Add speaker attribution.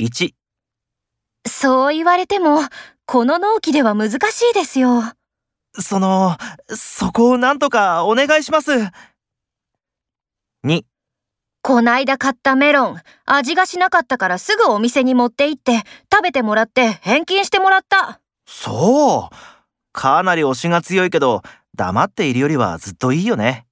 Speaker 1: 1、
Speaker 2: そう言われても、この納期では難しいですよ。
Speaker 3: その、そこをなんとかお願いします。
Speaker 1: 2、
Speaker 2: こないだ買ったメロン、味がしなかったからすぐお店に持って行って、食べてもらって返金してもらった。
Speaker 3: そう。かなり推しが強いけど、黙っているよりはずっといいよね。